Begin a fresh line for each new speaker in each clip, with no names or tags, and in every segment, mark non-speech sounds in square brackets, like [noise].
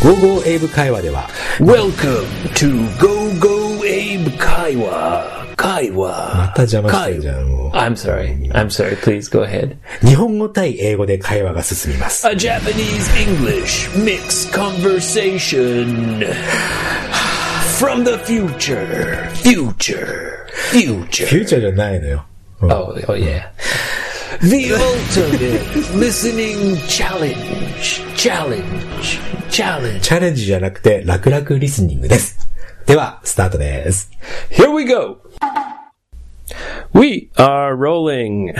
GoGo 英語会話では
Welcome to Go Go Abe Kaiwa.
ま
Kaiwa.
た邪魔してるじゃんも
I'm sorry. I'm sorry. Please go ahead.
う日本語対英語で会話が進みます
A Japanese English mixed conversation from the future. Future.
フ
Future.
ューチャーじゃないのよ、うん
Oh, oh yeah. The ultimate listening challenge. Challenge. Challenge.
チャレンジじゃなくて楽々リスニングですではスタートです
Here we go. We are rolling.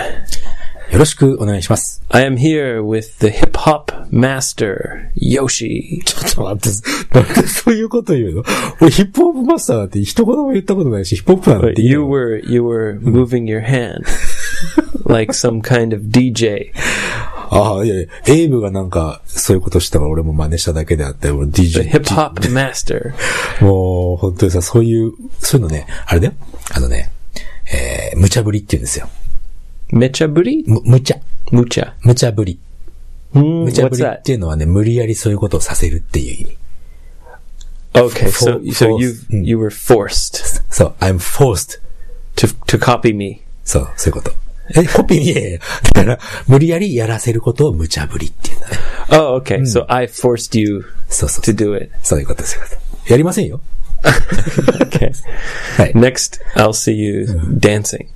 よろしくお願いします
I am here with the hip hop master, Yoshi.
ちょっと待って、なんでそういうこと言うの俺ヒップホップマスターなんて一言も言ったことないし、ヒップホップなん
But
て言
you
う。
were you were moving your [laughs] hand like some kind of DJ.
ああ、いやいや、エイブがなんか、そういうことしたから俺も真似しただけであって、俺
The
DJ。
hip hop master.
もう、本当にさ、そういう、そういうのね、あれだよ。あのね、えー、無茶ぶりって言うんですよ。
Mecha booty?
む、無茶。
Mucha.
無茶ぶり。
Hmm,
無茶ぶ
what's
りっ
that?
ていうのはね、無理やりそういうことをさせるっていう意味。
Okay, so
For-
so
force.
you you were forced
そう、I'm forced.
to to copy me.
そう、そういうこと。え、コピーにえだから、無理やりやらせることを無茶ぶりっていうんだね。
Oh, okay. So I forced you
そうそう
to。do it.
そういうことですよ。やりませんよ。
Okay.
[laughs] はい。
Next, I'll see you dancing.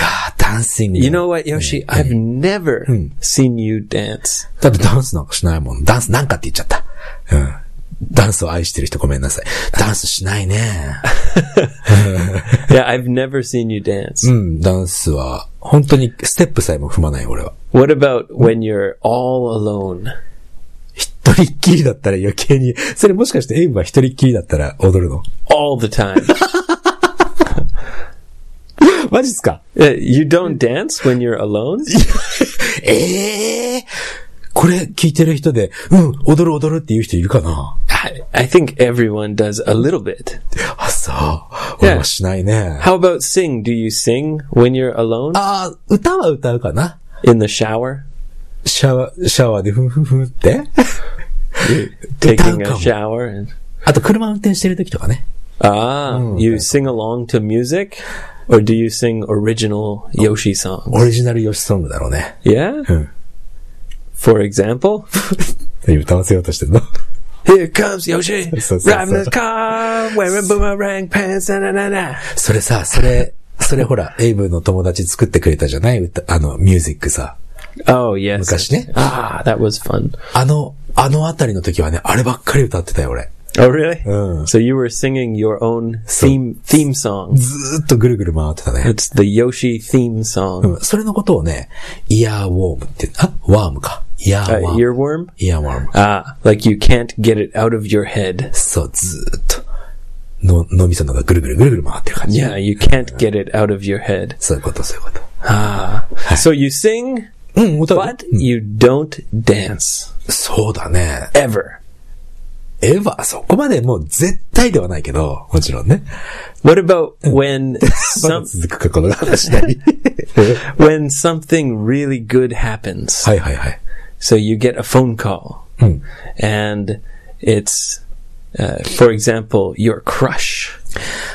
あ、ダンシング。
You know what, Yoshi? I've never seen you dance.
だってダンスなんかしないもん。ダンスなんかって言っちゃった。うん。ダンスを愛してる人ごめんなさい。ダンスしないね。
Yeah, I've never seen you dance.
うん、ダンスは、本当にステップさえも踏まない俺は。
What about when you're all alone?
一人っきりだったら余計に、それもしかしてエイブは一人っきりだったら踊るの
All the time.
マジっすか [laughs]
Uh, you don't dance when you're alone?
ええー、これ聞いてる人で、うん、踊る踊るって言う人いるかな
I, I think everyone does a little bit.
あ、そう。俺はしないね。
How about sing? Do you sing when you're alone?
ああ、歌は歌うかな
In the shower?
シャワー、シャワーでふんふんふんって。
Taking a
Welcome.
shower? And,
あと車運転してる時とかね。
ah, you sing along to music? Or do you sing original Yoshi
オ
songs?
リジナルヨシソングだろうね。
Yeah?
Hmm.
For example,
何歌わせようとしてるの
here comes Yoshi,
[laughs] So, so, so.
riding his car, wearing boomerang pants, na na na na.
それさ、それ、それほら、エイブの友達作ってくれたじゃない歌、あの、ミュージックさ。
Oh, yes.
昔ね。
Ah, that was fun.
あの、あのあたりの時はね、あればっかり歌ってたよ、俺。
Oh, really?
Uh.
So you were singing your own
So-
theme theme song.
ずーっとぐるぐる回ってたね。
It's the Yoshi theme song.
うん。それのことをね、イヤーウォームって、あ、ワームか。イヤ
Uh,
ーワーム。
earworm.
イヤーワーム。
Ah, like you can't get it out of your head.
そう、ずーっと。の、脳みそのがぐるぐるぐるぐる回ってる感じ。
Yeah, you can't get it out of your head.
そういうこと、そういうこと。
Ah, so you sing,
うん、歌う。
but you don't dance
そうだね。
ever.
エヴァ、そこまでもう絶対ではないけど、もちろんね。
What about
Oh. [laughs]
when
まだ
some
続くか、この話なり。
when something really good happens?
はいはいはい。
So you get a phone call, and it's, uh, for example, your crush.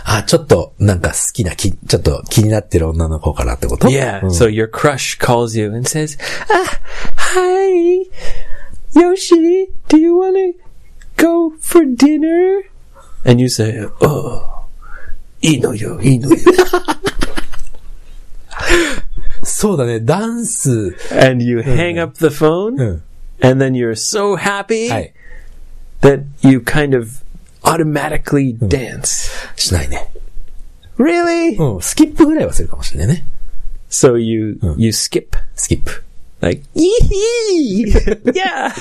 あ、ちょっと、なんか好きな、き、ちょっと気になってる女の子からってこと
Yeah. So your crush calls you and says, ah, "Hi, Yoshi, do you want to go for dinner?" And you say, "Oh, ino yo, ino."
そうだね、ダンス、
And you hang up the phone,
うん。
and then you're so happy
はい。
that you kind of automatically dance.
しないね。
Really?
うん、スキップぐらいはするかもしれないね。
So you you skip
スキップ。
like [laughs]
いひー
yeah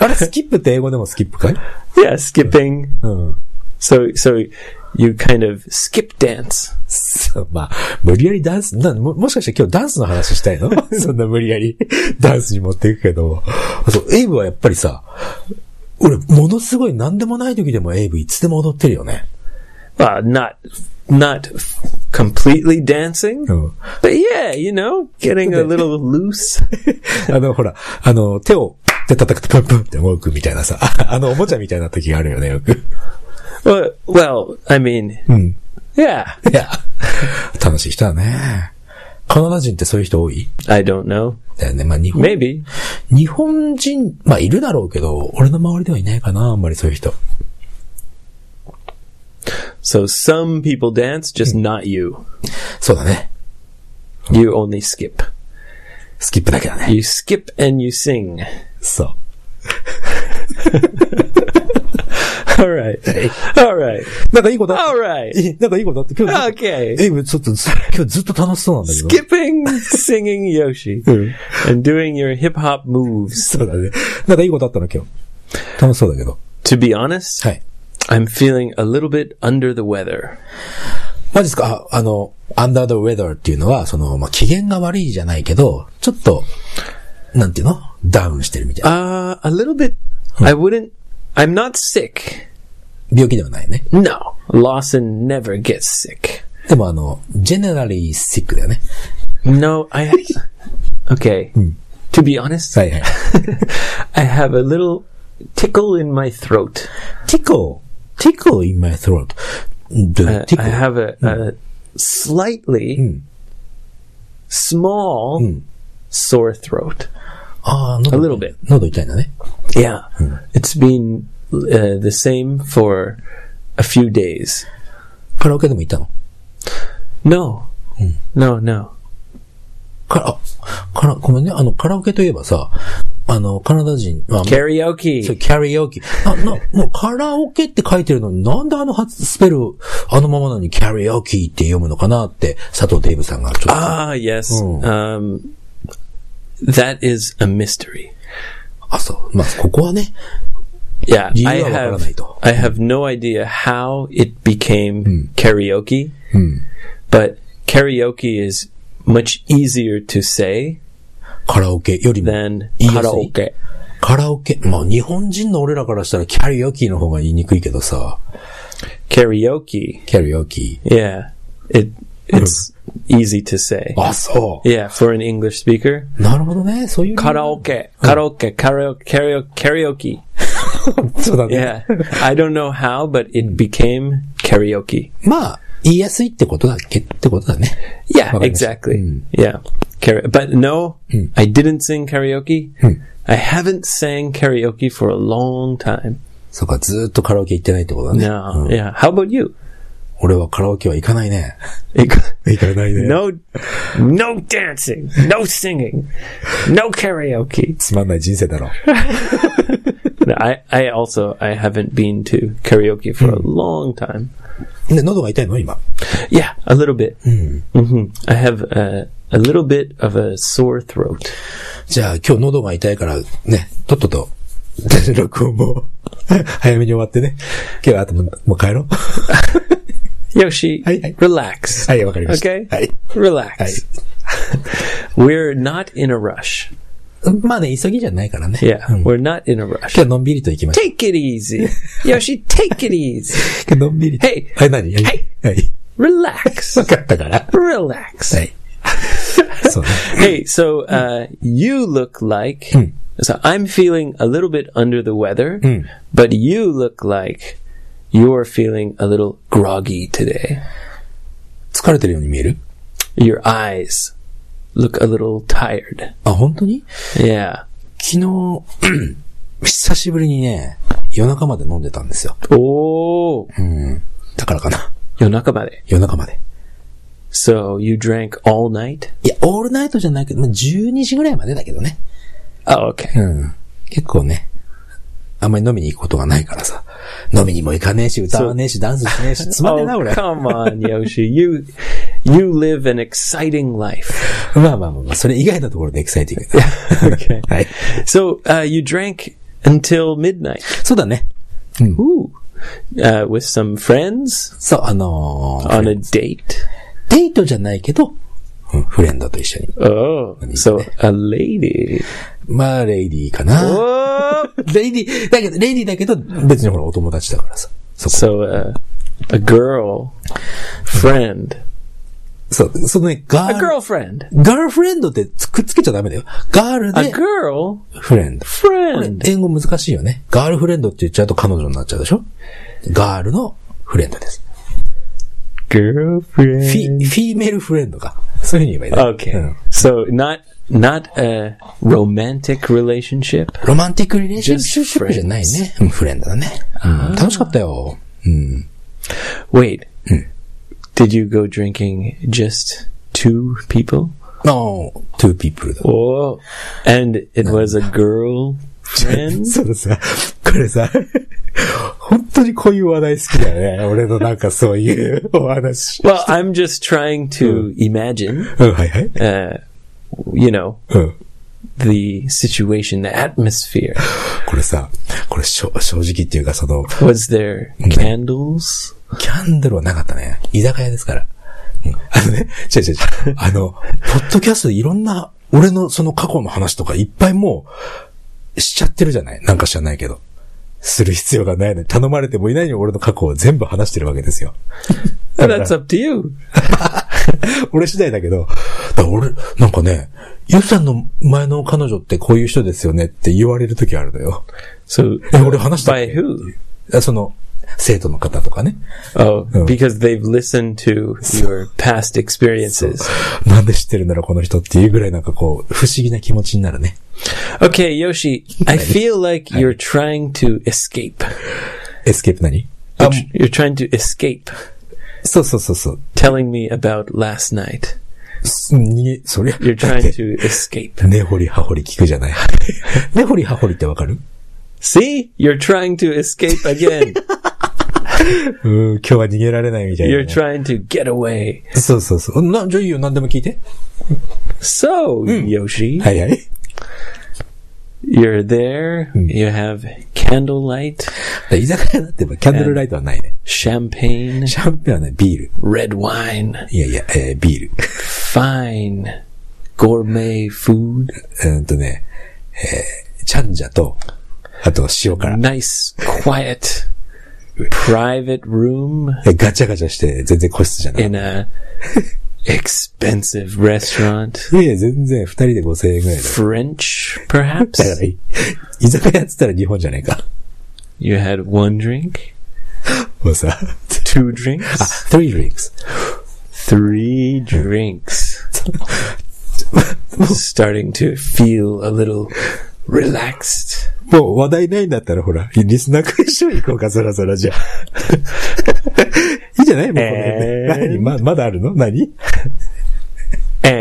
[laughs] あれ、スキップって英語でもスキップかい
yeah skipping.
うん。
So so you kind of skip dance.
そうまあ、無理やりダンス、な、も、もしかして今日ダンスの話したい [laughs] のそんな無理やりダンスに持っていくけど。そう、エイブはやっぱりさ、俺、ものすごい何でもない時でもエイブいつでも踊ってるよね。
Well, not not completely dancing,
うん。 [laughs]
but yeah, you know, getting a little loose.
あの、ほら、あの、手をで叩くとプンプンって動くみたいなさ、 [laughs] ああのおもちゃみたいな時があるよね、よく。 [laughs]
Well, well, I mean,
うん。
yeah.
いや、楽しい人だね。カナダ人ってそういう人多い
I don't know.
だよね。まあ日本、
Maybe.
日本人、まあいるだろうけど、俺の周りではいないかな、あんまりそういう人。
So some people dance, just not you.
そうだね。
You only skip.
スキップだけだね。
You skip and you sing. [laughs]
そう。
All right. All right.
なんかいいことあった
All right.
えなんかいいことあって、今日、
Okay.
え、ちょっとず、今日ずっと楽しそうなんだけど。
Skipping, singing Yoshi,
うん。
and doing your hip hop moves.
そうだね。なんかいいことあったの、今日。楽しそうだけど。
To be honest,
はい。
I'm feeling a little bit under the weather.
マジですかああの、under the weather っていうのは、その、まあ、機嫌が悪いじゃないけど、ちょっと、なんていうのダウンしてるみたいな。
Uh, a little bit. I wouldn't. I'm not sick.
病気ではないね。
No, Lawson never gets sick.
でもあの、generally sick だよね。
No, I. Okay. To be honest,
はいはい。
[laughs] I have a little tickle in my throat.
tickle, tickle in my throat. The
Uh, I
tickle.
have a, a slightly
Mm.
small
Mm.
sore throat.
ああ、喉
a little bit.
喉痛いんだね。
Yeah, it's been uh, the same for a few days.
カラオケでも行ったの
No, no, no.
から、あから、ごめんね。あの、カラオケといえばさ、あの、カナダ人、まあ、
Karaoke.
そうキャリオケ。な、な、もうカラオケって書いてるのに、なんであの発スペル、あのままなのにキャリオケって読むのかなって、佐藤デイブさんがちょっと。あ
Ah, yes.
Mm.
Um, that is a mystery.
そう。まあ、ここはね、
Yeah, I
理由はわからないと。
have, I have no idea how it became karaoke,
うん。
but karaoke is much easier to say
カラオケよりも、
than
言いやすい。
karaoke.
カラオケ、まあ、日本人の俺らからしたらキャリオケの方が言いにくいけどさ、
Karaoke,
キャリオケ。
yeah, it it's easy to say.
あ、そう。
Yeah, for an English speaker,
なるほどね。そういう。
karaoke, karaoke, karaoke, karaoke, karaoke.
[laughs] そうだね。
[laughs] Yeah, I don't know how, but it became karaoke.
まあ、言いやすいってことだっけってことだね。
Yeah,
わかりました。
exactly.
うん。
Yeah. Kara- but no, I didn't sing karaoke. I haven't sang karaoke for a long time.
そうか、ずーっとカラオケ行ってないってことだね。
No.
うん
Yeah. How about you?
俺はカラオケは行かないね。行かないね
[laughs] no, no dancing, no singing, no karaoke.
つまんない人生だろ。
No, I, I also, I haven't been to karaoke for a long time.
ね、喉が痛いの今。
Yeah, a little bit. hmm I have a, a little bit of a sore throat.
じゃあ今日喉が痛いから、ね、とっと [laughs] と、録音も、 [laughs] 早めに終わってね。今日はあともう、もう帰ろう。
Yoshi,
Hey, hey.
relax.
はい、わかりました。
Okay.
[laughs] はい。
Relax. We're not in a rush.
まあね、急ぎじゃないからね。
Yeah,
うん今
we're not in a rush.
日はのんびりと行きましょ
Take it easy. Yoshi, take it easy.
う。今日のんびりと。
Hey.
はい、何はいはい。 [laughs]
Relax.
わかったから。
Relax.
[laughs] はい。そうね。
Hey, so uh, you look like. So I'm feeling a little bit under the weather, but you look like you're feeling a little groggy today.
疲れてるように見える
Your eyes look a little tired.
あ、本当に
Yeah.
昨日、久しぶりにね、夜中まで飲んでたんですよ。
Oh,
うん。だからかな。
yonakamare.
夜中まで。
So you drank all night?
いや、オールナイトじゃないけど、まあ、12時ぐらいまでだけどね。
Oh, okay.
うん。結構ね、あんまり飲みに行くことがないからさ。飲みにも行かねえし、歌わねえし、ダンスしねえし、つまんねえな、俺。
Oh,
まあ
come [laughs] on, Yoshi. You you live an exciting [laughs] life.
まあまあまあ、それ以外のところでエキサイティングだ。 [laughs]
Okay.
はい。
So uh, you drank until midnight.
そうだね。
Ooh. Uh, with some friends
そう、あのー
on a date.
デートじゃないけど、うん、フレンドと一緒に。
Oh, so a lady. Oh.
まあ、レイディーかな。
Whoa.
レイディー、だけど、レイディーだけど、別にほら、お友達だからさ。そこ。
So uh, a girl friend
そう、そのね、ガ
A
ール、
girlfriend.
ガールフレンドってつくっつけちゃダメだよ。ガール
A
で、
girl
フレンド。これ
friend.
英語難しいよね。ガールフレンドって言っちゃうと彼女になっちゃうでしょガールのフレンドです。フ
Girlfriend. Oh.
ィ、フィーメールフレンドか。そういうふうに言えばいいね。
Okay.
うん
So not not a romantic relationship.
ロマンティックリレーションシ
Just
ッ
friends.
プじゃないね。うんフレンドだね。うん楽しかったよ。うん。
Wait. Did you go drinking just two people?
No, two people だ。
Oh. And it was a girl [laughs] friend?
そうださ、これさ、本当にこういう話題好きだよね。俺のなんかそういうお話。
well, I'm just trying to imagine
うん、はいはい。
uh you know,
うん。
the situation, the atmosphere.
これさ、これしょ正直っていうかその、
Was there candles?
キャンドルはなかったね。居酒屋ですから。うんあのね、違う違う違う。あの、ポッドキャストでいろんな、俺のその過去の話とかいっぱいもう、しちゃってるじゃないなんか知らないけど。する必要がないのに、頼まれてもいないのに俺の過去を全部話してるわけですよ。 [laughs]
Well, that's up to you.
俺次第だけど、だから俺、なんかね、ゆさんの前の彼女ってこういう人ですよねって言われる時あるのよ。
So
え、俺話したっ
by
け
who?
あその、生徒の方とかね。
Oh,
Oh.
because they've listened to your past experiences.
[laughs] なんで知ってるんだろうこの人っていうぐらいなんかこう、不思議な気持ちになるね。
Okay, Yoshi, I feel like you're trying to escape.
エスケープ何
You're,
あ、
tr- you're trying to escape
そうそうそうそう。
telling me about last night.
す逃げ、そりゃ、
You're
だっ
trying
て
to escape.
根掘り葉掘り聞くじゃない。 [laughs] 根掘り葉掘りってわかる
See? You're trying to escape again.
うーん、今日は逃げられないみたいな
You're
ね、
trying to get away.
そうそうそう。な、じゃあいいよ、何でも聞いて。
So, Yoshi,
はいはい。
you're there. You have candlelight,
で居酒屋だってばキャンドルライトはないね。
champagne,
シャンペンはね、ビール。
red wine,
いやいや、えービール。
fine gourmet food,
うーんとね、えー、チャンジャと、あと塩辛。
nice, quiet, private room.
えガチャガチャして、全然個室じゃない。
in a expensive restaurant.
いやいや、全然二人で5000円ぐらいだよ。
French,
[laughs]
perhaps.
だからい、居酒屋っつったら日本じゃないか。
You had one drink,
もうさ、
two drinks,
three drinks.
three drinks. Starting to feel a little relaxed.
もう話題ないんだったらほら、リスナーク一緒に行こうか、そらそらじゃあ。いいじゃないもうこの辺で。
えー
何ま、まだあるの何
And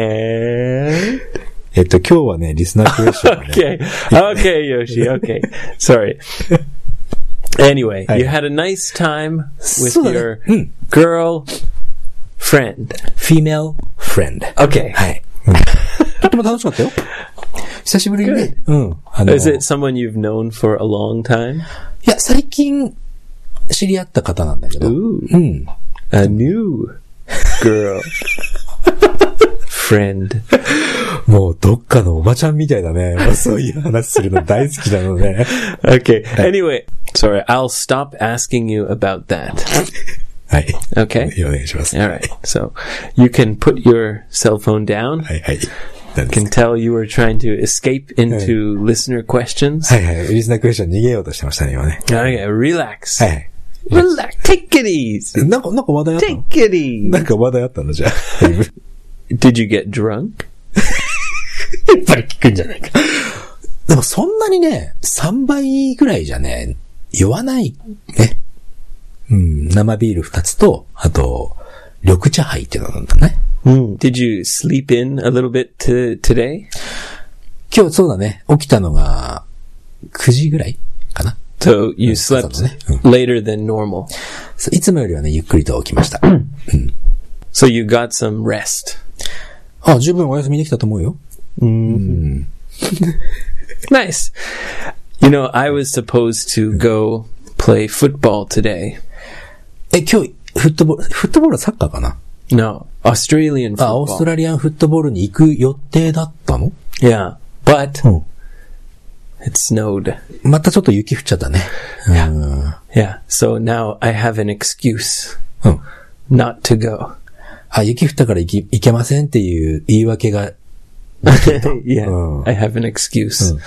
えっと、今日はね、リスナークエスチョン、ね。
[laughs] okay, okay, Yoshi, okay. Sorry. Anyway,
Hi.
you had a nice time with
そうだね。
your
うん。
girl friend.
female friend.
Okay.
はい。とっても楽しかったよ。久しぶりにね。うん。あの、い
Is it someone you've known for a long time?
や、最近、知り合った方なんだけど。
Ooh,
うん。
a new girl. Friend.
もう、どっかのおばちゃんみたいだね。もうそういう話するの大好きなのね。
Okay. Anyway, sorry, I'll stop asking you about that.
はい。
Okay?
お願いします。
All right. So you can put your cell phone down.
はいはい。なんです
Can tell you were trying to escape into listener questions.
はいはい。リスナークエスチョン逃げようとしてましたね、今ね。
Okay, relax.
はいはい。
Relax. Take it easy.
なんか、なんか話題あったの
Take it easy.
なんか話題あったのじゃあ。
[laughs] Did you get drunk?
やっぱり聞くんじゃないか。でもそんなにね、3倍ぐらいじゃね、酔わないね。うん、生ビール2つと、あと、緑茶杯っていうのなんだね。
Did you sleep in a little bit to today?
今日そうだね、起きたのが、9時ぐらいかな。
So you
朝
slept
のね、うん。
later than normal.
そういつもよりはね、ゆっくりと起きました。
So you got some rest.
あ、十分お休みできたと思うよ。
Nice. You know, I was supposed to go play football today.
え、今日、フットボール、フットボールはサッカーかな
No, Australian
あ、オースト
football.
ラリアンフットボールに行く予定だったの
Yeah, but
うん。
it snowed.
またちょっと雪降っちゃったね。うん。
Yeah, so now I have an excuse
うん。
not to go.
あ、雪降ったから行き行けませんっていう言い訳が、
[laughs] yeah,
Oh.
I have an excuse.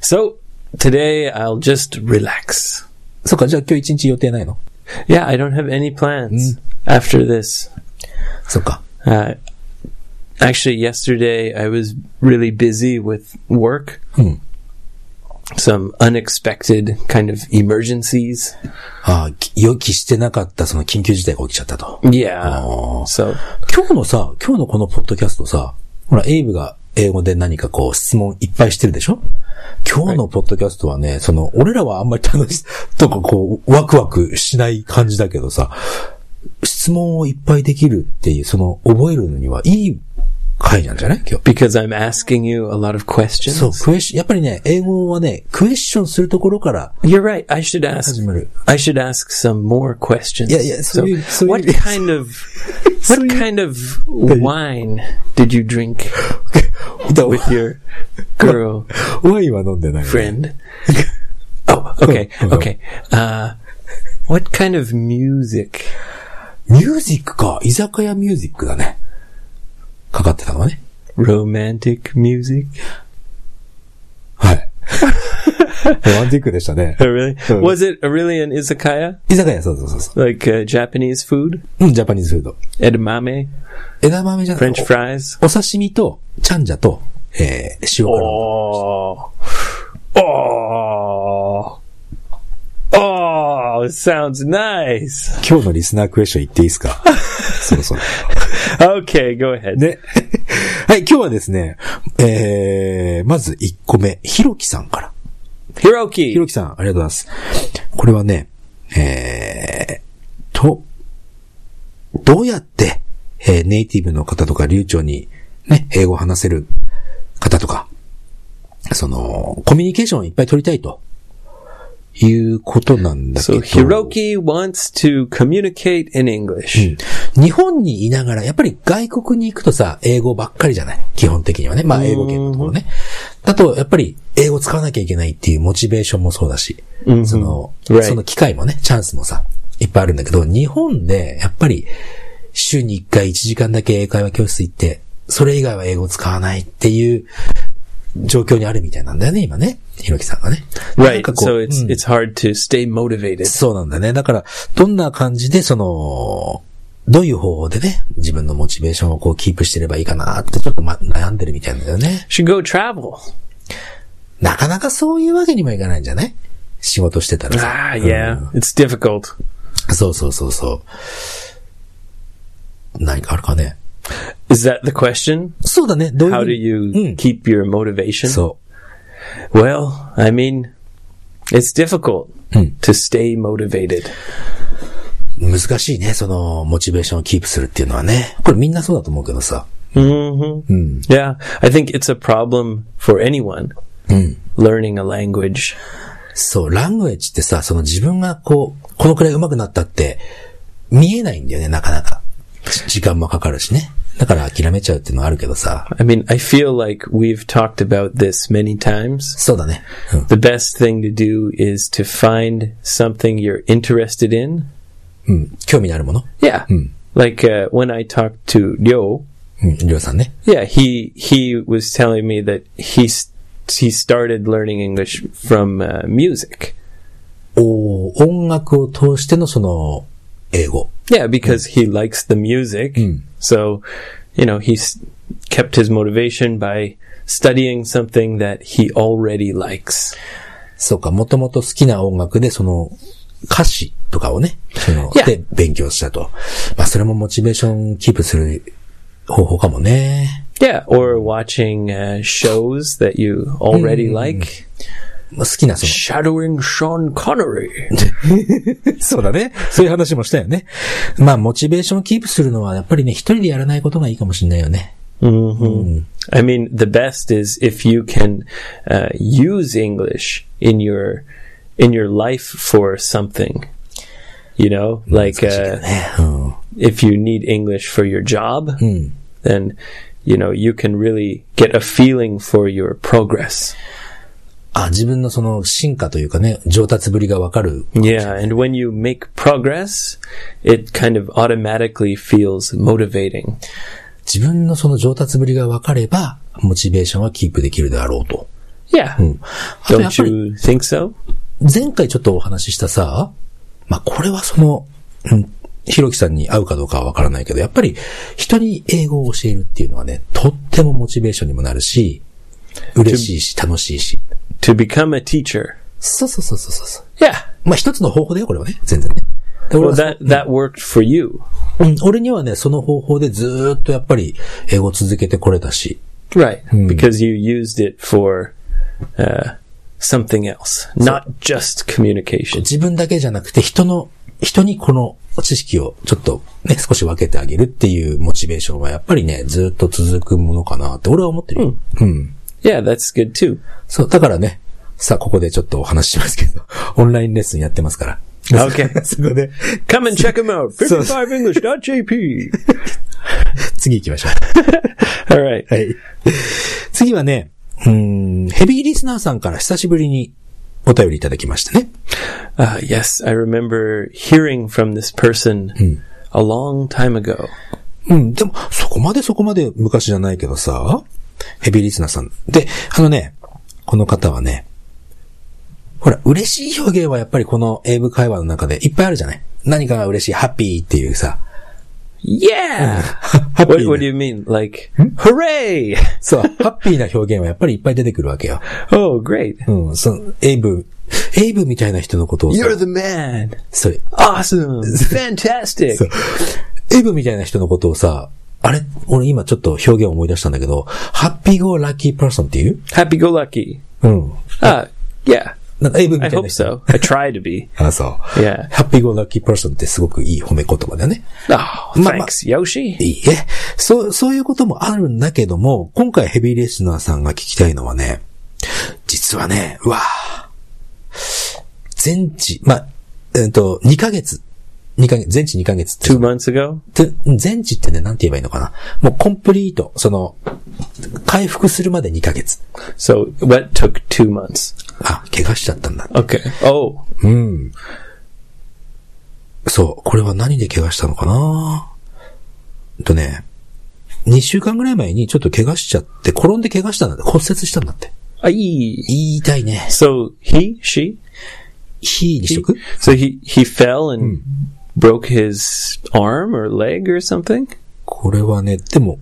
So today I'll just relax.
そっか、じゃあ今日一日予定ないの
Yeah, I don't have any plans
Hmm.
after this.
そっか。
Uh, actually, yesterday I was really busy with work.
Hmm.
Some unexpected kind of emergencies.
あき予期してなかったその緊急事態が起きちゃったと。
Yeah.
Oh.
So
今日のさ、今日のこのポッドキャストさ、ほら、エイブが英語で何かこう質問いっぱいしてるでしょ今日のポッドキャストはね、その、俺らはあんまり楽し、 [laughs] とかこう、ワクワクしない感じだけどさ、質問をいっぱいできるっていう、その、覚えるのにはいい回なんじゃない今日。
because I'm asking you a lot of questions.
そう、クエスやっぱりね、英語はね、クエスチョンするところから
You're right. I should ask.
始まる。
I should ask some more questions.
Yeah, yeah, so you- so
what
you-
kind of
[laughs]
what kind of wine did you drink
だ
with
[laughs]
your girl
ワインは飲んでない。
friend? Oh, okay, okay. Uh, what kind of music?
ミュージックか。居酒屋ミュージックだね。かかってたのはね。
Romantic music? [laughs]
はい。 [laughs] ロマンティックでしたね
Oh, really?
Oh.
Was it a really an izakaya
居酒屋、そうそうそうそ
like uh, Japanese food?
う。うん、ジャパニーズフード。
Edamame,
枝豆じゃなく
French
て、
fries.
おお刺身と、チャンジャと、えー、塩辛。
Oh, oh, oh! It sounds nice.
今日のリスナークエスチョン言っていいですかそろそろ。
Okay, go ahead.
ね。はい、今日はですね、えー、まず1個目、ひろきさんから。
Hiroki.
ひろきさん、ありがとうございます。これはね、えー、と、どうやって、えーネイティブの方とか流暢に、ね、英語を話せる方とか、その、コミュニケーションをいっぱい取りたいと、いうことなんだけ
So
ど。
Hiroki wants to communicate in
う
English.
ん日本にいながら、やっぱり外国に行くとさ、英語ばっかりじゃない基本的にはね。まあ、英語圏のところね。だと、やっぱり、英語使わなきゃいけないっていうモチベーションもそうだし、その、
Right.
その機会もね、チャンスもさ、いっぱいあるんだけど、日本で、やっぱり、週に1回1時間だけ英会話教室行って、それ以外は英語使わないっていう状況にあるみたいなんだよね、今ね。ひろきさんがね。なん
Right.
かこう
So it's
うん
it's hard to stay motivated.
そうなんだね。だから、どんな感じで、その、どういう方法でね、自分のモチベーションをこうキープしてればいいかなって、ちょっと、ま、悩んでるみたいなんだよね。
Should go travel.
なかなかそういうわけにもいかないんじゃない仕事してたらさ。
Ah, yeah. It's difficult.
そうそうそうそう。何かあるかね。
Is that the question?
そうだね。どういう
How do
う
you
ん
keep your motivation?
そ
Well, I mean, it's difficult
Mm.
to stay motivated.
う。難しいね。その、モチベーションをキープするっていうのはね。これみんなそうだと思うけどさ。
Mm-hmm. Yeah, I think it's a problem for anyone learning a language.
そう、ラングエッジってさ、その自分がこう、このくらい上手くなったって、見えないんだよね、なかなか。時間もかかるしね。だから諦めちゃうっていうのはあるけどさ。
I mean, I feel like we've talked about this many times.
そうだね。うん
The best thing to do is to find something you're interested in.
うん。興味のあるもの。
Yeah. Like uh, when I talked to Ryo,
うん、りょうさんね。
yeah, he he was telling me that he s- he started learning English from uh, music.
おー音楽を通してのその、英語。
Yeah, because he likes the music. So, you know, he s- kept his motivation by studying something that he already likes.
そうか、もともと好きな音楽で、その、歌詞とかをね、その、
いや
で、勉強したと。まあ、それもモチベーションキープする方法かもね。
Yeah, or watching uh, shows that you already like.
まあ、好きなその、
Shadowing Sean Connery.
そうだね。そういう話もしたよね。まあ、モチベーションをキープするのは、やっぱりね、一人でやらないことがいいかもしれないよね。
hmm I mean, the best is if you can uh, use English in your in your life for something. You know, like
難しいけど
uh,
ね。うん。
if you need English for your job, then you know you can really get a feeling for your progress.
あ、自分のその進化というかね、上達ぶりがわかる。
Yeah, and when you make progress, it kind of automatically feels motivating.
自分のその上達ぶりがわかれば、モチベーションはキープできるであろうと。
Yeah. Don't
あとやっぱり-
you think so?
前回ちょっとお話ししたさ、まあ、これはその、うん、ひろきさんに会うかどうかはわからないけど、やっぱり人に英語を教えるっていうのはね、とってもモチベーションにもなるし、嬉しいし、楽しいし。
To become a teacher.
そうそうそうそうそう。
Yeah.
まあ、一つの方法だよ、これはね。全然ね。で俺
Well,
は
that, that worked for you.
うん俺にはね、その方法でずーっとやっぱり英語を続けてこれたし。
Right. Because you used it for, uh, something else. Not just communication.
自分だけじゃなくて人の、人にこの知識をちょっとね、少し分けてあげるっていうモチベーションはやっぱりね、ずーっと続くものかなって俺は思ってるよ。
Yeah, that's good too.
そう、だからね、さあここでちょっとお話ししますけど、 [laughs] オンラインレッスンやってますから。
Okay.
[laughs] そこで、
Come and check him out. 55english.jp.
次行きましょ
[laughs] All right.
う。はい。 [laughs] 次はね、うーん、ヘビーリスナーさんから久しぶりにお便りいただきましたね。
Uh, yes, I remember hearing from this person a long time ago.
うん、でも、そこまでそこまで昔じゃないけどさ、ヘビーリスナーさん。で、あのね、この方はね、ほら、嬉しい表現はやっぱりこの英語会話の中でいっぱいあるじゃない何かが嬉しい、ハッピーっていうさ、
Yeah. [laughs]
ハッピ
What,
ー
what
な
do you mean? Like, hooray! [laughs]
そう、ハッピーな表現はやっぱりいっぱい出てくるわけよ。
Oh, great.
うん、その、エイブ、エイブみたいな人のことをさ
You're the man.
それ、
Awesome. Fantastic.
そうエイブみたいな人のことをさ、あれ俺今ちょっと表現を思い出したんだけど、ハッピーゴーラッキープラソンっていう
Happy go lucky.
うん。
Uh, yeah.
なんかエイブみた
I
いな
hope
人。
so. I try to be.
あ、そう。
Yeah.
ハッピーゴーラッキープラソンってすごくいい褒め言葉だよね。
Oh,
Ma- ma-
thanks, Yoshi.
いいえ。そう、そういうこともあるんだけども、今回ヘビーレスナーさんが聞きたいのはね、実はね、うわあ全治、まあ、えっと、2ヶ月。二ヶ月、全治2ヶ月って。
Two months ago?
て全治ってね、なんて言えばいいのかな。もうコンプリート、その、回復するまで2ヶ月。
So, what took two months?
あ、怪我しちゃったんだ。
Okay. Oh,
うん。そう、これは何で怪我したのかなえっとね、2週間ぐらい前にちょっと怪我しちゃって、転んで怪我したんだって、骨折したんだって。
aye.
言いたいね。
So, he, she,
火にしと
He-
く
so Hmm. he he fell and broke his arm or leg or something.
これはね、でも、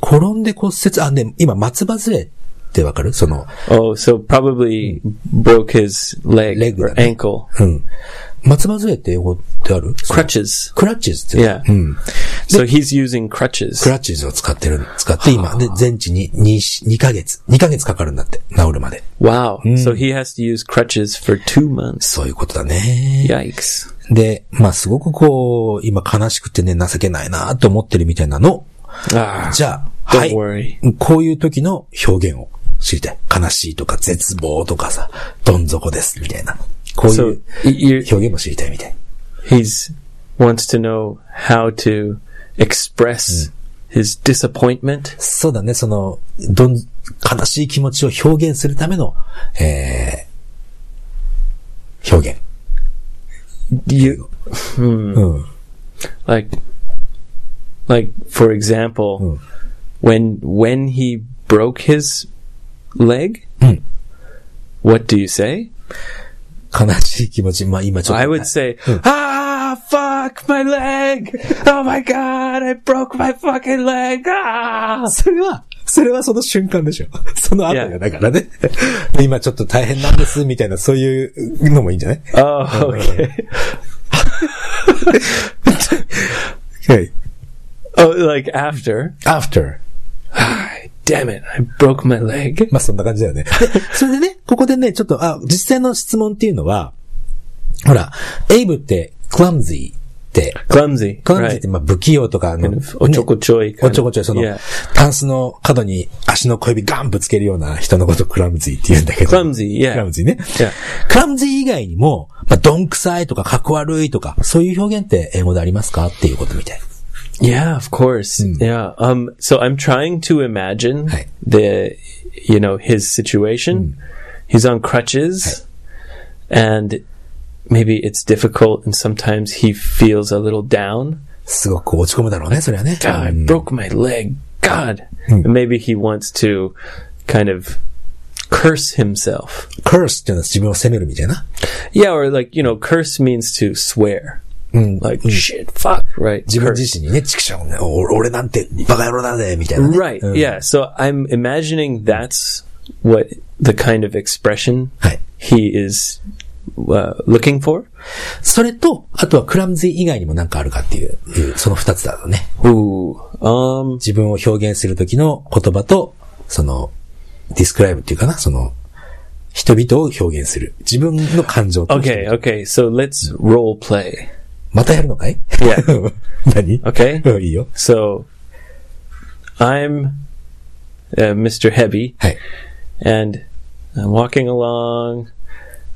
転んで骨折、あ、ね、今、松葉杖ってわかるその、
Oh, so probably broke his Hmm. leg,
Leg,
or
right.
ankle.
うん。松葉杖って英語ってある
Crutches.
クラッチズって。
Yeah.
うん。
So he's using crutches.
クラッチズを使ってる、使って今、で、全治に2、2ヶ月。2ヶ月かかるんだって、治るまで。
wow. So he has to use crutches for two months.
そういうことだね。
Yikes.
で、まあすごくこう、今悲しくてね、情けないなと思ってるみたいなの。
Ah,
じゃあ、は
don't
い。
worry.
こういう時の表現を知りたい。悲しいとか絶望とかさ、どん底です、みたいな。こうい
So
う
y- you
表現も知りたいみたい。
he's wants to know how to express his disappointment.
そうだね、その、どん、悲しい気持ちを表現するための、えー、表現。
You
うん。
like like for example when when he broke his leg
Mm.
what do you say
悲しい気持ち、まあ今ちょっ
i
と。
would say
Hmm.
ah fuck my leg oh my god i broke my fucking leg ah
それは、それはその瞬間でしょ。 [laughs] その後
い
よ、
や
だからね。 [laughs] 今ちょっと大変なんです、みたいな、そういうのもいいんじゃない
oh [laughs] okay
はい。
oh like after
after.
damn it i broke my leg
まあ、そんな感じだよね。でそれでね、ここでね、ちょっと、あ、実際の質問っていうのは、ほら、エイブって、clumsy って、
clumsy
clumsy って、
right
まあ、不器用とか、あの、ね
o choco choy
おちょこちょい、その
yeah、
タンスの角に足の小指ガンぶつけるような人のことクラムズーって言うんだけど。
Clumsy, yeah.
クラムズーね。
Yeah.
クラムズー以外にも、まあ、どんくさいとか、かっこ悪いとか、そういう表現って英語でありますかっていうことみたい。
Yeah, of course. Yeah. Um, so I'm trying to imagine
Hey.
the, you know, his situation He's on crutches, and maybe it's difficult, and sometimes he feels a little down.
すごく落ち込むだろうね、それはね。
God,
う
I
ん
broke my leg. God. And maybe he wants to kind of curse himself.
curse っていうのは自分を責めるみたいな。
Yeah, or like, you know, curse means to swear.
うん。
Like, shit, fuck, right?
自分
curse.
自身にね、チクションね、お俺なんてバカ野郎だぜ、みたいなね、
Right,
うん
yeah. So I'm imagining that's what the kind of expression
はい。
he is uh, looking for.
それと、あとはクラムズ以外にもなんかあるかっていう、いうその二つだとね。
Ooh. Um,
自分を表現するときの言葉と、その、ディスクライブっていうかな、その、人々を表現する。自分の感情と。
okay, okay. So let's role play.
またやるのかい
Yeah.
[laughs] 何
Okay.
うんいいよ。
So I'm uh, Mr. Hebby
はい。
and I'm walking along.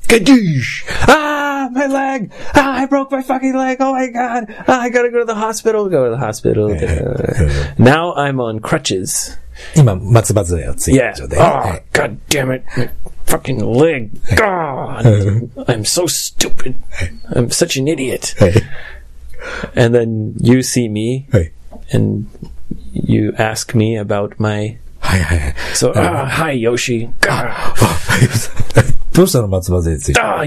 ガデューシ
Ah, my leg! Ah, I broke my fucking leg! Oh my god! Ah, I gotta go to the hospital. Go to the hospital. Uh, [laughs] now I'm on crutches.
今、松葉杖をついた
Yeah.
状
Oh,
態。はい。
god damn it! My fucking leg! God, I'm so stupid. I'm such an idiot.
はい。
And then you see me
はい。
and you ask me about my.
はいはいはい。
So, ah, hi Yoshi. God.
あどうしたの松葉杖ついた。
Ah,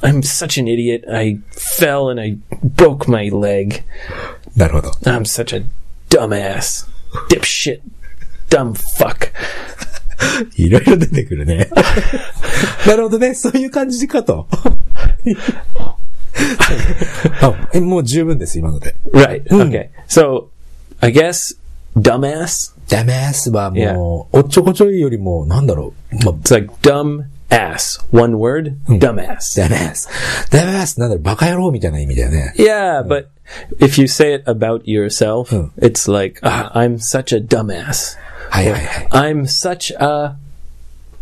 I'm such an idiot. I fell and I broke my leg.
なるほど。
I'm such a dumbass. Dipshit. Dumb fuck.
いろいろ出てくる [laughs] ね。なるほどね。そういう感じか [laughs] と。あえもう十分です、今ので。
Right. Okay. So, I guess dumbass.
ダメースはもう、おっちょこちょいよりも、なんだろう。まあ、
It's like dumb ass. One word. Dumbass.
ダメース。ダメースなんだろう、バカ野郎みたいな意味だよね。
Yeah, but if you say it about yourself,
Hmm.
it's like ah, I'm such a dumbass.
はいはいはい。
I'm such a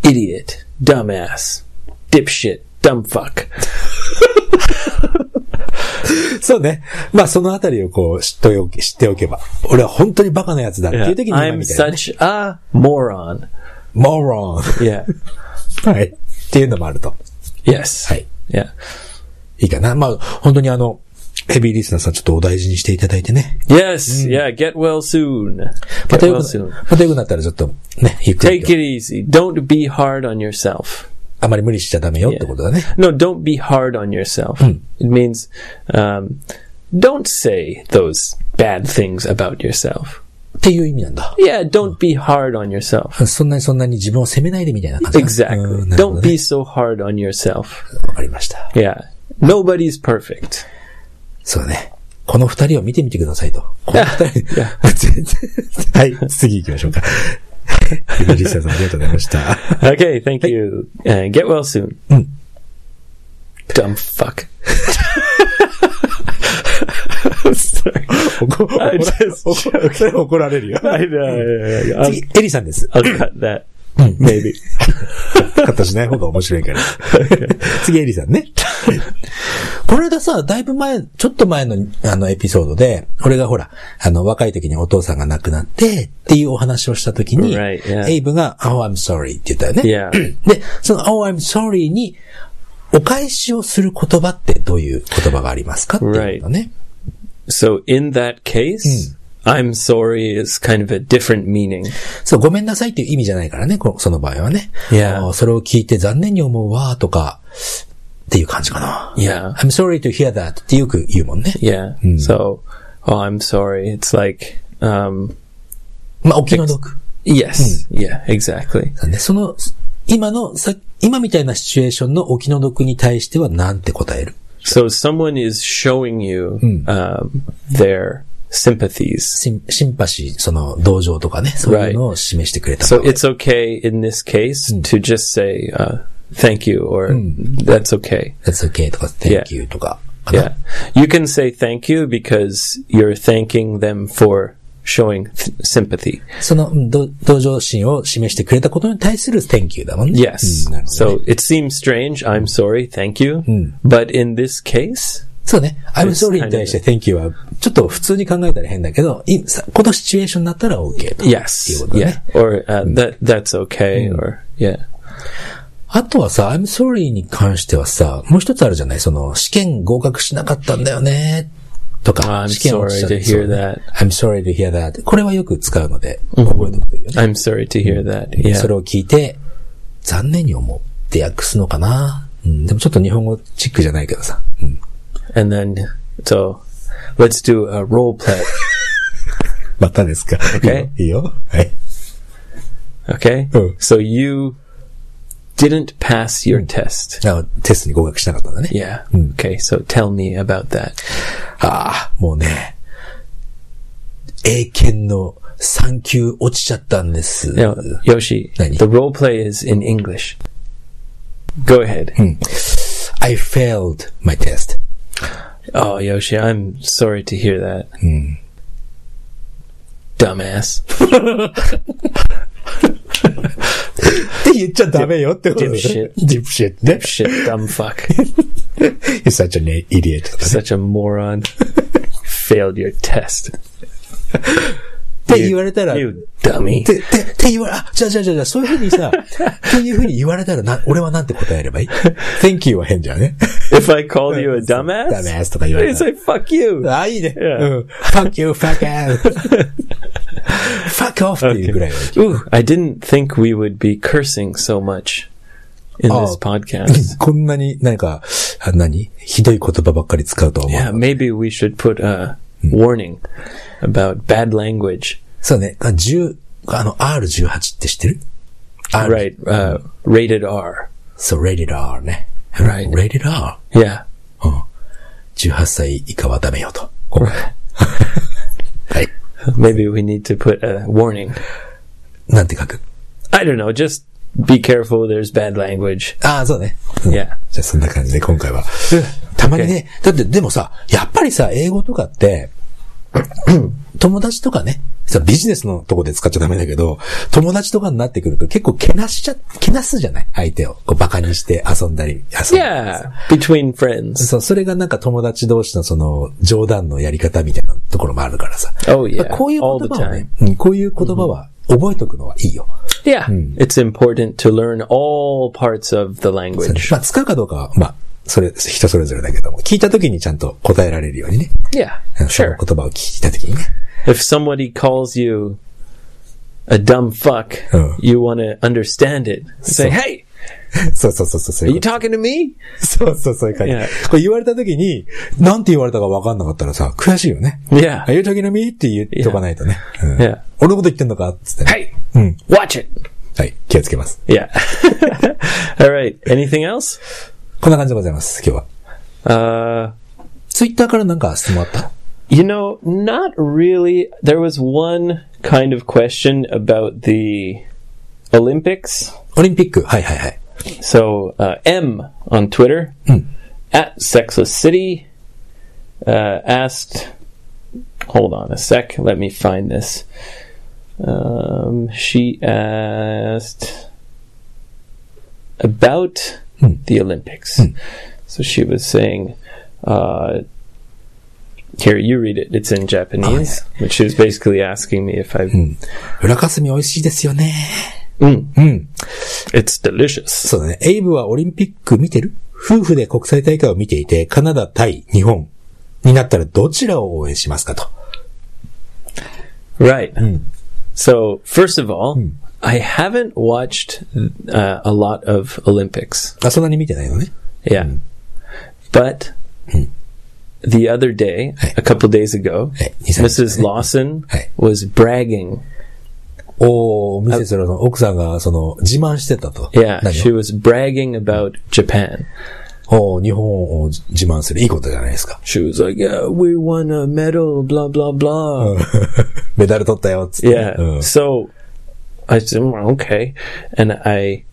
idiot, dumbass, dipshit, dumb fuck.
そうね。まあ、そのあたりをこう、知っておけ、知っておけば。俺は本当にバカなやつだっていう時に今
I'm
みたいなね。
such a moron.
モーロン。
[laughs] Yeah.
はい。っていうのもあると。
Yes.
はい。
Yeah.
いいかな。まあ、本当にあの、ヘビーリスナーさんちょっとお大事にしていただいてね。
Yes. Yeah. Get well soon.
ま
Get
たよ
well
くな
soon.、
またよくなったらちょっとね、ゆっくり
Take
と。
it easy. Don't be hard on yourself.
あまり無理しちゃダメよってことだね。
No, don't be hard on yourself. It means um, don't say those bad things about yourself.
っていう意味なんだ。
Yeah, don't be hard on
[laughs]
yourself.
そんなにそんなに自分を責めないでみたいな感じかな。う
Exactly.
んなるほ
Don't
どね
be so hard on yourself.
わかりました。
Yeah. Nobody's perfect.
そうだね。この二人を見てみてくださいと。この二人。 [laughs] 全然はい、次行きましょうか。ヘビーリスナーさんありがとうございました。
Okay, thank you. And get well soon. Dumb fuck. [laughs] I'm sorry.
[laughs] 怒
I just
怒らそれ怒られるよ。
I know. yeah, yeah, yeah.
次、エリさんです。
I'll, I'll cut that.
[laughs]
Maybe.
カットしない方が面白いから。 [laughs] 次、エリさんね。この間さ、だいぶ前、ちょっと前のあのエピソードで、俺がほら、あの、若い時にお父さんが亡くなって、っていうお話をした時に、
Right, yeah.
エイブが、Oh, I'm sorry って言ったよね。
Yeah.
[coughs] で、その Oh, I'm sorry に、お返しをする言葉ってどういう言葉がありますかっていうのね。
So in that case, I'm sorry is kind of a different meaning.
そう、ごめんなさいっていう意味じゃないからね、こその場合はね。
Yeah.
あーそれを聞いて残念に思うわ、とか、っていう感じかな。
Yeah.
I'm sorry to hear that ってよく言うもんね。
Yeah. So, oh, I'm sorry. It's like, um,
まあ、お気の毒。
yes. Yeah, exactly.
だね。その、今の、さ今みたいなシチュエーションのお気の毒に対してはなんて答える
So someone is showing you um, their sympathies.
シンシンパシー、その、同情とかね、そういうのを示してくれた
So
場合。
it's okay in this case to just say uh, thank you or that's okay.
That's okay とか、Thank you とか。かな
Yeah. You can say thank you because you're thanking them for showing th- sympathy.
その、うんど同情心を示してくれたことに対する Thank you だもんね。
Yes.
うんなるほどね
So it seems strange. I'm sorry. Thank you. But in this case,
そうね。I'm
It's
sorry に対して Thank you は、ちょっと普通に考えたら変だけど、いさこのシチュエーションになったら OK と。ってい
yes.
うこと
Yeah.
ね。
Or uh, that that's okay. Or yeah.
ああとはさ、I'm sorry に関してはさ、もう一つあるじゃないその、試験合格しなかったんだよね、とか。
I'm
試験落ち
sorry
ちゃっ
to
てそう
hear
ね
that.
I'm sorry to hear that. これはよく使うので、覚えておくといいよね。
I'm sorry to hear that. Yeah.
それを聞いて、残念に思うって訳すのかな、うん、でもちょっと日本語チックじゃないけどさ。
And then, so let's do a role play.
またですか。
Okay.
いいよ。はい。
Okay?
Oh.
So you didn't pass your test.
あの、テストに合格しなかったんだね。
Yeah.
Mm.
Okay, so tell me about that.
ああ、もうね、英検の3級落ちちゃったんです。
Now, Yoshi,
Nani?
the role play is in English. Go ahead.
I failed my test.
Oh, Yoshi, I'm sorry to hear that. Dumbass.
って言っちゃダメよってことだね
Dipshit.。
ディプシェットね。
[laughs] Shit, dumb fuck.
You're such an idiot. とかね
Such a moron. Failed your test.
って言われたら、っ
You dummy.
て、って、って言われ、あ、じゃあじゃあじゃあじゃあそういうふうに [laughs] さ、っていうふうに言われたらな、俺はなんて答えればい [laughs] い ?Thank you は変じゃんね。
If I called you a dumbass,
ダメアスとか言われ
it's
たら。
like fuck you.
あ、いいね。
Yeah.
うん。fuck you, fuck [laughs] ass. fuck off っていうぐらいは
Ooh, I didn't think we would be cursing so much in
Oh.
this podcast.
[laughs] こんなになんか、あ何ひどい言葉ばっかり使うとは思う。
[laughs] yeah, Hmm. maybe we should put a warning about bad language.
そうね。あ10、あの、R18 って知ってる ?R。
Right, uh, rated R.
そう、rated R ね。
Right.
rated R。
Yeah.
18歳以下はダメよと。
[laughs]
はい。
Maybe we need to put a warning.
なんて書く
I don't know, just be careful, there's bad language.
ああ、そうね。うん
Yeah.
じゃあそんな感じで今回は。たまにね、だってでもさ、やっぱりさ、英語とかって、 [clears throat] 友達とかね、さ、ビジネスのとこで使っちゃダメだけど、友達とかになってくると結構けなしちゃ、けなすじゃない相手を。こうバカにして遊んだり、遊んだりさ
Yeah, between friends.
そう、それがなんか友達同士のその冗談のやり方みたいなところもあるからさ。
Oh, yeah.
こういう
All
言
the
葉は
time.
ね、うんこういう言葉は覚えとくのはいいよ。
Yeah, it's important to learn all parts of the language.
まあ、使うかどうかは、まあ、それ、人それぞれだけども、聞いた時にちゃんと答えられるようにね。
Yeah,
うんその
sure.
言葉を聞いた時
[laughs]
にね。 [laughs]
If somebody calls you a dumb fuck,
Oh.
you want to understand it. Say, hey,
そうそうそうそう、そう
are
いう
you
こと。
talking to me?
そうそう、そういう感じ。
いや
これ言われた時に、なんて言われたか分かんなかったらさ、悔しいよね。
Yeah.
あ、言う時のみって言っとかないとね。うん
いや
俺のこと言ってんのかっつってね。
Hey, watch it.
はい、気をつけます。
[laughs] Yeah. [laughs] all right. Anything else?
こんな感じでございます、今日は。
Uh,
ツイッターからなんか質問あった
you know, not really. There was one kind of question about the Olympics.
オリンピックはいはいはい。
So uh, M on Twitter at Sexless City uh, asked. Hold on a sec. Let me find this. Um, she asked about the Olympics. So she was saying. Uh, here, you read it. It's in Japanese. But she was basically asking me if I.
裏霞美味しいですよね。
Mm,
うん。
it's delicious.
そうだね。エイブはオリンピック見てる夫婦で国際大会を見ていて、カナダ対日本になったらどちらを応援しますかと。
Right.
Hmm.
So, first of all, I haven't watched uh, a lot of Olympics.
あ、そんなに見てないのね。
Yeah.
Hmm.
But the other day, a couple days ago,
Hey, he's-
Mrs. Lawson
Hey.
was bragging.
おー、ミセスの奥さんが、その、自慢してたと。
Yeah,
何
she
を
was bragging about Japan.
おー日本を自慢する。いいことじゃないですか。 [laughs]
She was like, yeah, we won a medal, blah, blah, blah.
Oh. メダル取ったよ、つって。
Yeah.
うん
So I said, "Well, okay. And I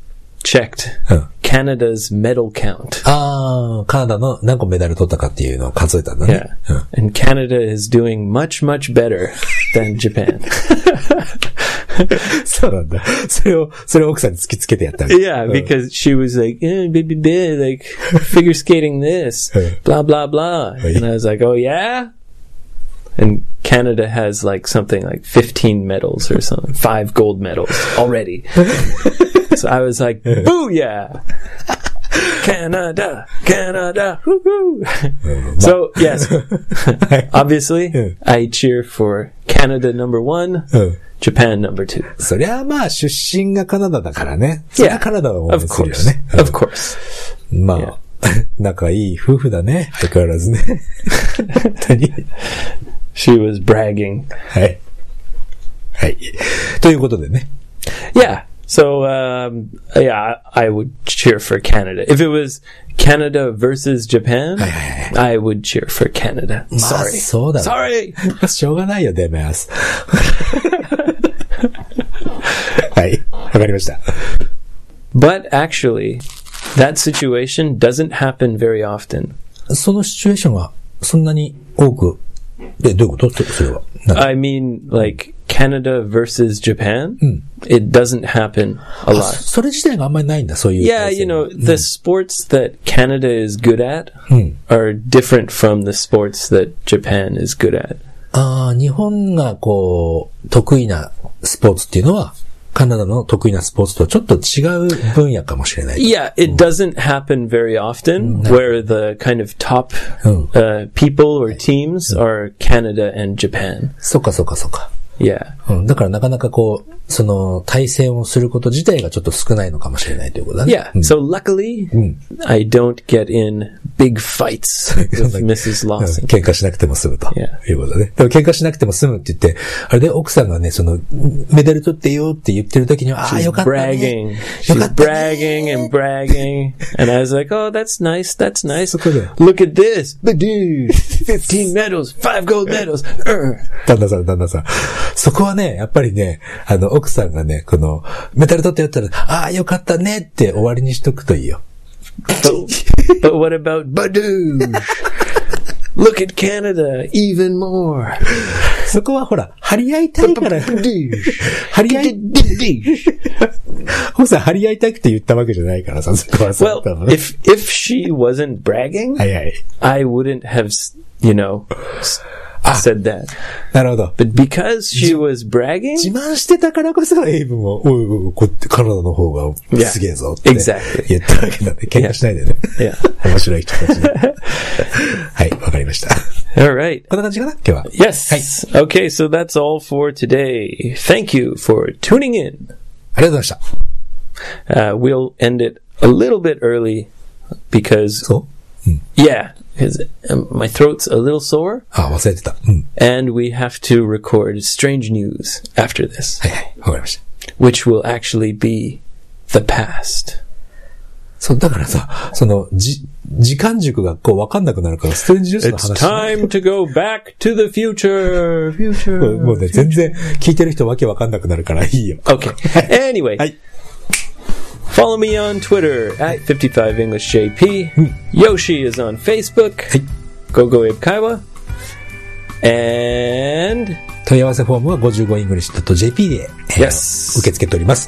checked
Huh.
Canada's medal count.
あー、カナダの何個メダル取ったかっていうのを数えたんだね。
Yeah. And Canada is doing much, much better [laughs] than [laughs] Japan.
うんそうなんだ。それを、それを奥さんに突きつけてやったわけ
yeah, because she was like, eh, blah, blah, blah, like figure skating [laughs] this, blah, blah, blah.
Hey.
And I was like, oh, yeah? And Canada [laughs] has like something like 15 medals or something, five gold medals already. So I was like, [laughs] booyah! Canada, Canada, woo So, yes,
はい。
obviously,
Mm.
I cheer for Canada number one,
うん。
Japan number two.
そりゃまあ、出身がカナダだからね。そりゃカナダは応
Of
援するよ
course.
ね。
Of course.
まあ、仲いい夫婦だね。相変わらずね。本当に。
She was bragging.
はい。はい。ということでね。
Yeah. So, um, yeah, I I would cheer for Canada. If it was Canada versus Japan, I would cheer for Canada.
まあ
Sorry.
そうだろ
Sorry.
しょうがないよ、デメアス。 [laughs] はい。わかりました。
But actually, that situation doesn't happen very often.
そのシチュエーションは、そんなに多く、え、どういうことそそれは。なんか
I mean, like Canada versus Japan, it doesn't happen
あ
a lot.
それ自体があんまりないんだ、そういう。
Yeah, you know, the sports that Canada is good at are different from the sports that Japan is good at.
ああ、日本がこう、得意なスポーツっていうのは、カナダの得意なスポーツとちょっと違う分野かもしれない。
Yeah, it doesn't happen very often where the kind of top
Mm.
uh, people or teams are Canada and Japan.
そっかそっかそっか。
Yeah.
うん、だからなかなかこう、その、対戦をすること自体がちょっと少ないのかもしれないということだね。
Yeah.
うん
So luckily, I don't get in big [laughs] fights with Mrs.
うん
Lawson.
喧嘩しなくても済むと。
Yeah.
いうことね。でも喧嘩しなくても済むって言って、あれで奥さんがね、その、メダル取ってよって言ってる時に
Ah,
は、ああ、よかったね。
bragging. She's bragging and bragging. And I was like, oh, that's nice. That's nice.
So good.
Look at this. The dude. 15 medals, 5 gold [laughs] medals. Er.
旦那さん、旦那さん。そこはね、やっぱりね、あの、奥さんがね、この、メダル取ってよって言ったら、ああ、よかったねって終わりにしとくといいよ。
But, but what about [laughs] Badouche? Look at Canada even more.
そこはほら、張り合いたい
[laughs]
から、張り合い、奥さん張り合いたくて言ったわけじゃないからさ、そこはさ。
Well,
多分
if if she wasn't bragging,
はいはい。
I wouldn't have, s- you know, s- said that.
なるほど。
But because Ah. she was bragging,
自慢してたからこそ、エイブも、おいおい、こカナダの方がすげえぞって
exactly.
言ったわけなんで、喧嘩しないでね。
yeah.
[laughs] 面白い人たちで。はい、わかりました。
All right.
こんな感じかな今日は。
Yes. Okay, so that's all for today. Thank you for tuning in.
ありがとうございました。
Uh, we'll end it a little bit early because,
そう
yeah, 'cause, um, my throat's a little sore,
あ、忘れてた。うん。
and we have to record strange news after this,
はいはい。わかりました。
which will actually be the past.
そう、だからさ、その、じ、時間軸がこう、わかんなくなるから、ストレンジジュースの話
It's
しない。
time to go back to the future.
うんもう
Future.
ね、全然、聞いてる人わけわかんなくなるからいいよ。
[laughs] Okay. Anyway,
Hi.
follow me on Twitter at 55EnglishJP. Yoshi is on Facebook. Gogo Ibkaiwa. And
[laughs] 問い合わせフォームは 55english.jp で、えー
Yes.
受け付けております。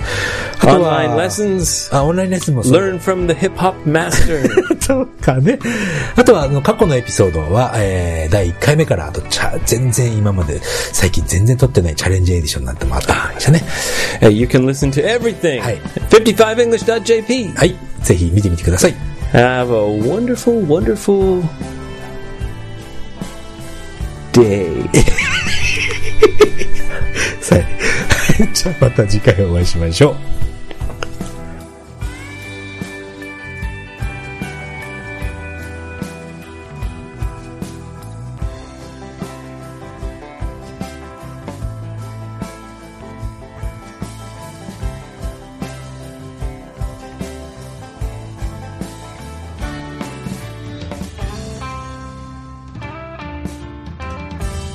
あとは
online lessons.
あ、オンラインレッスンもそう [laughs]
Learn from the hip hop [laughs] master.
とかね。あとは、あの、過去のエピソードは、えー、第1回目から、あと、チャ、全然今まで、最近全然撮ってないチャレンジエディションなんてもあったりましたね。
Uh, you can listen to everything.
Hi.
55english.jp.
はい。ぜひ見てみてください。
Have a wonderful, wonderful day.
はい。じゃあ、また次回お会いしましょう。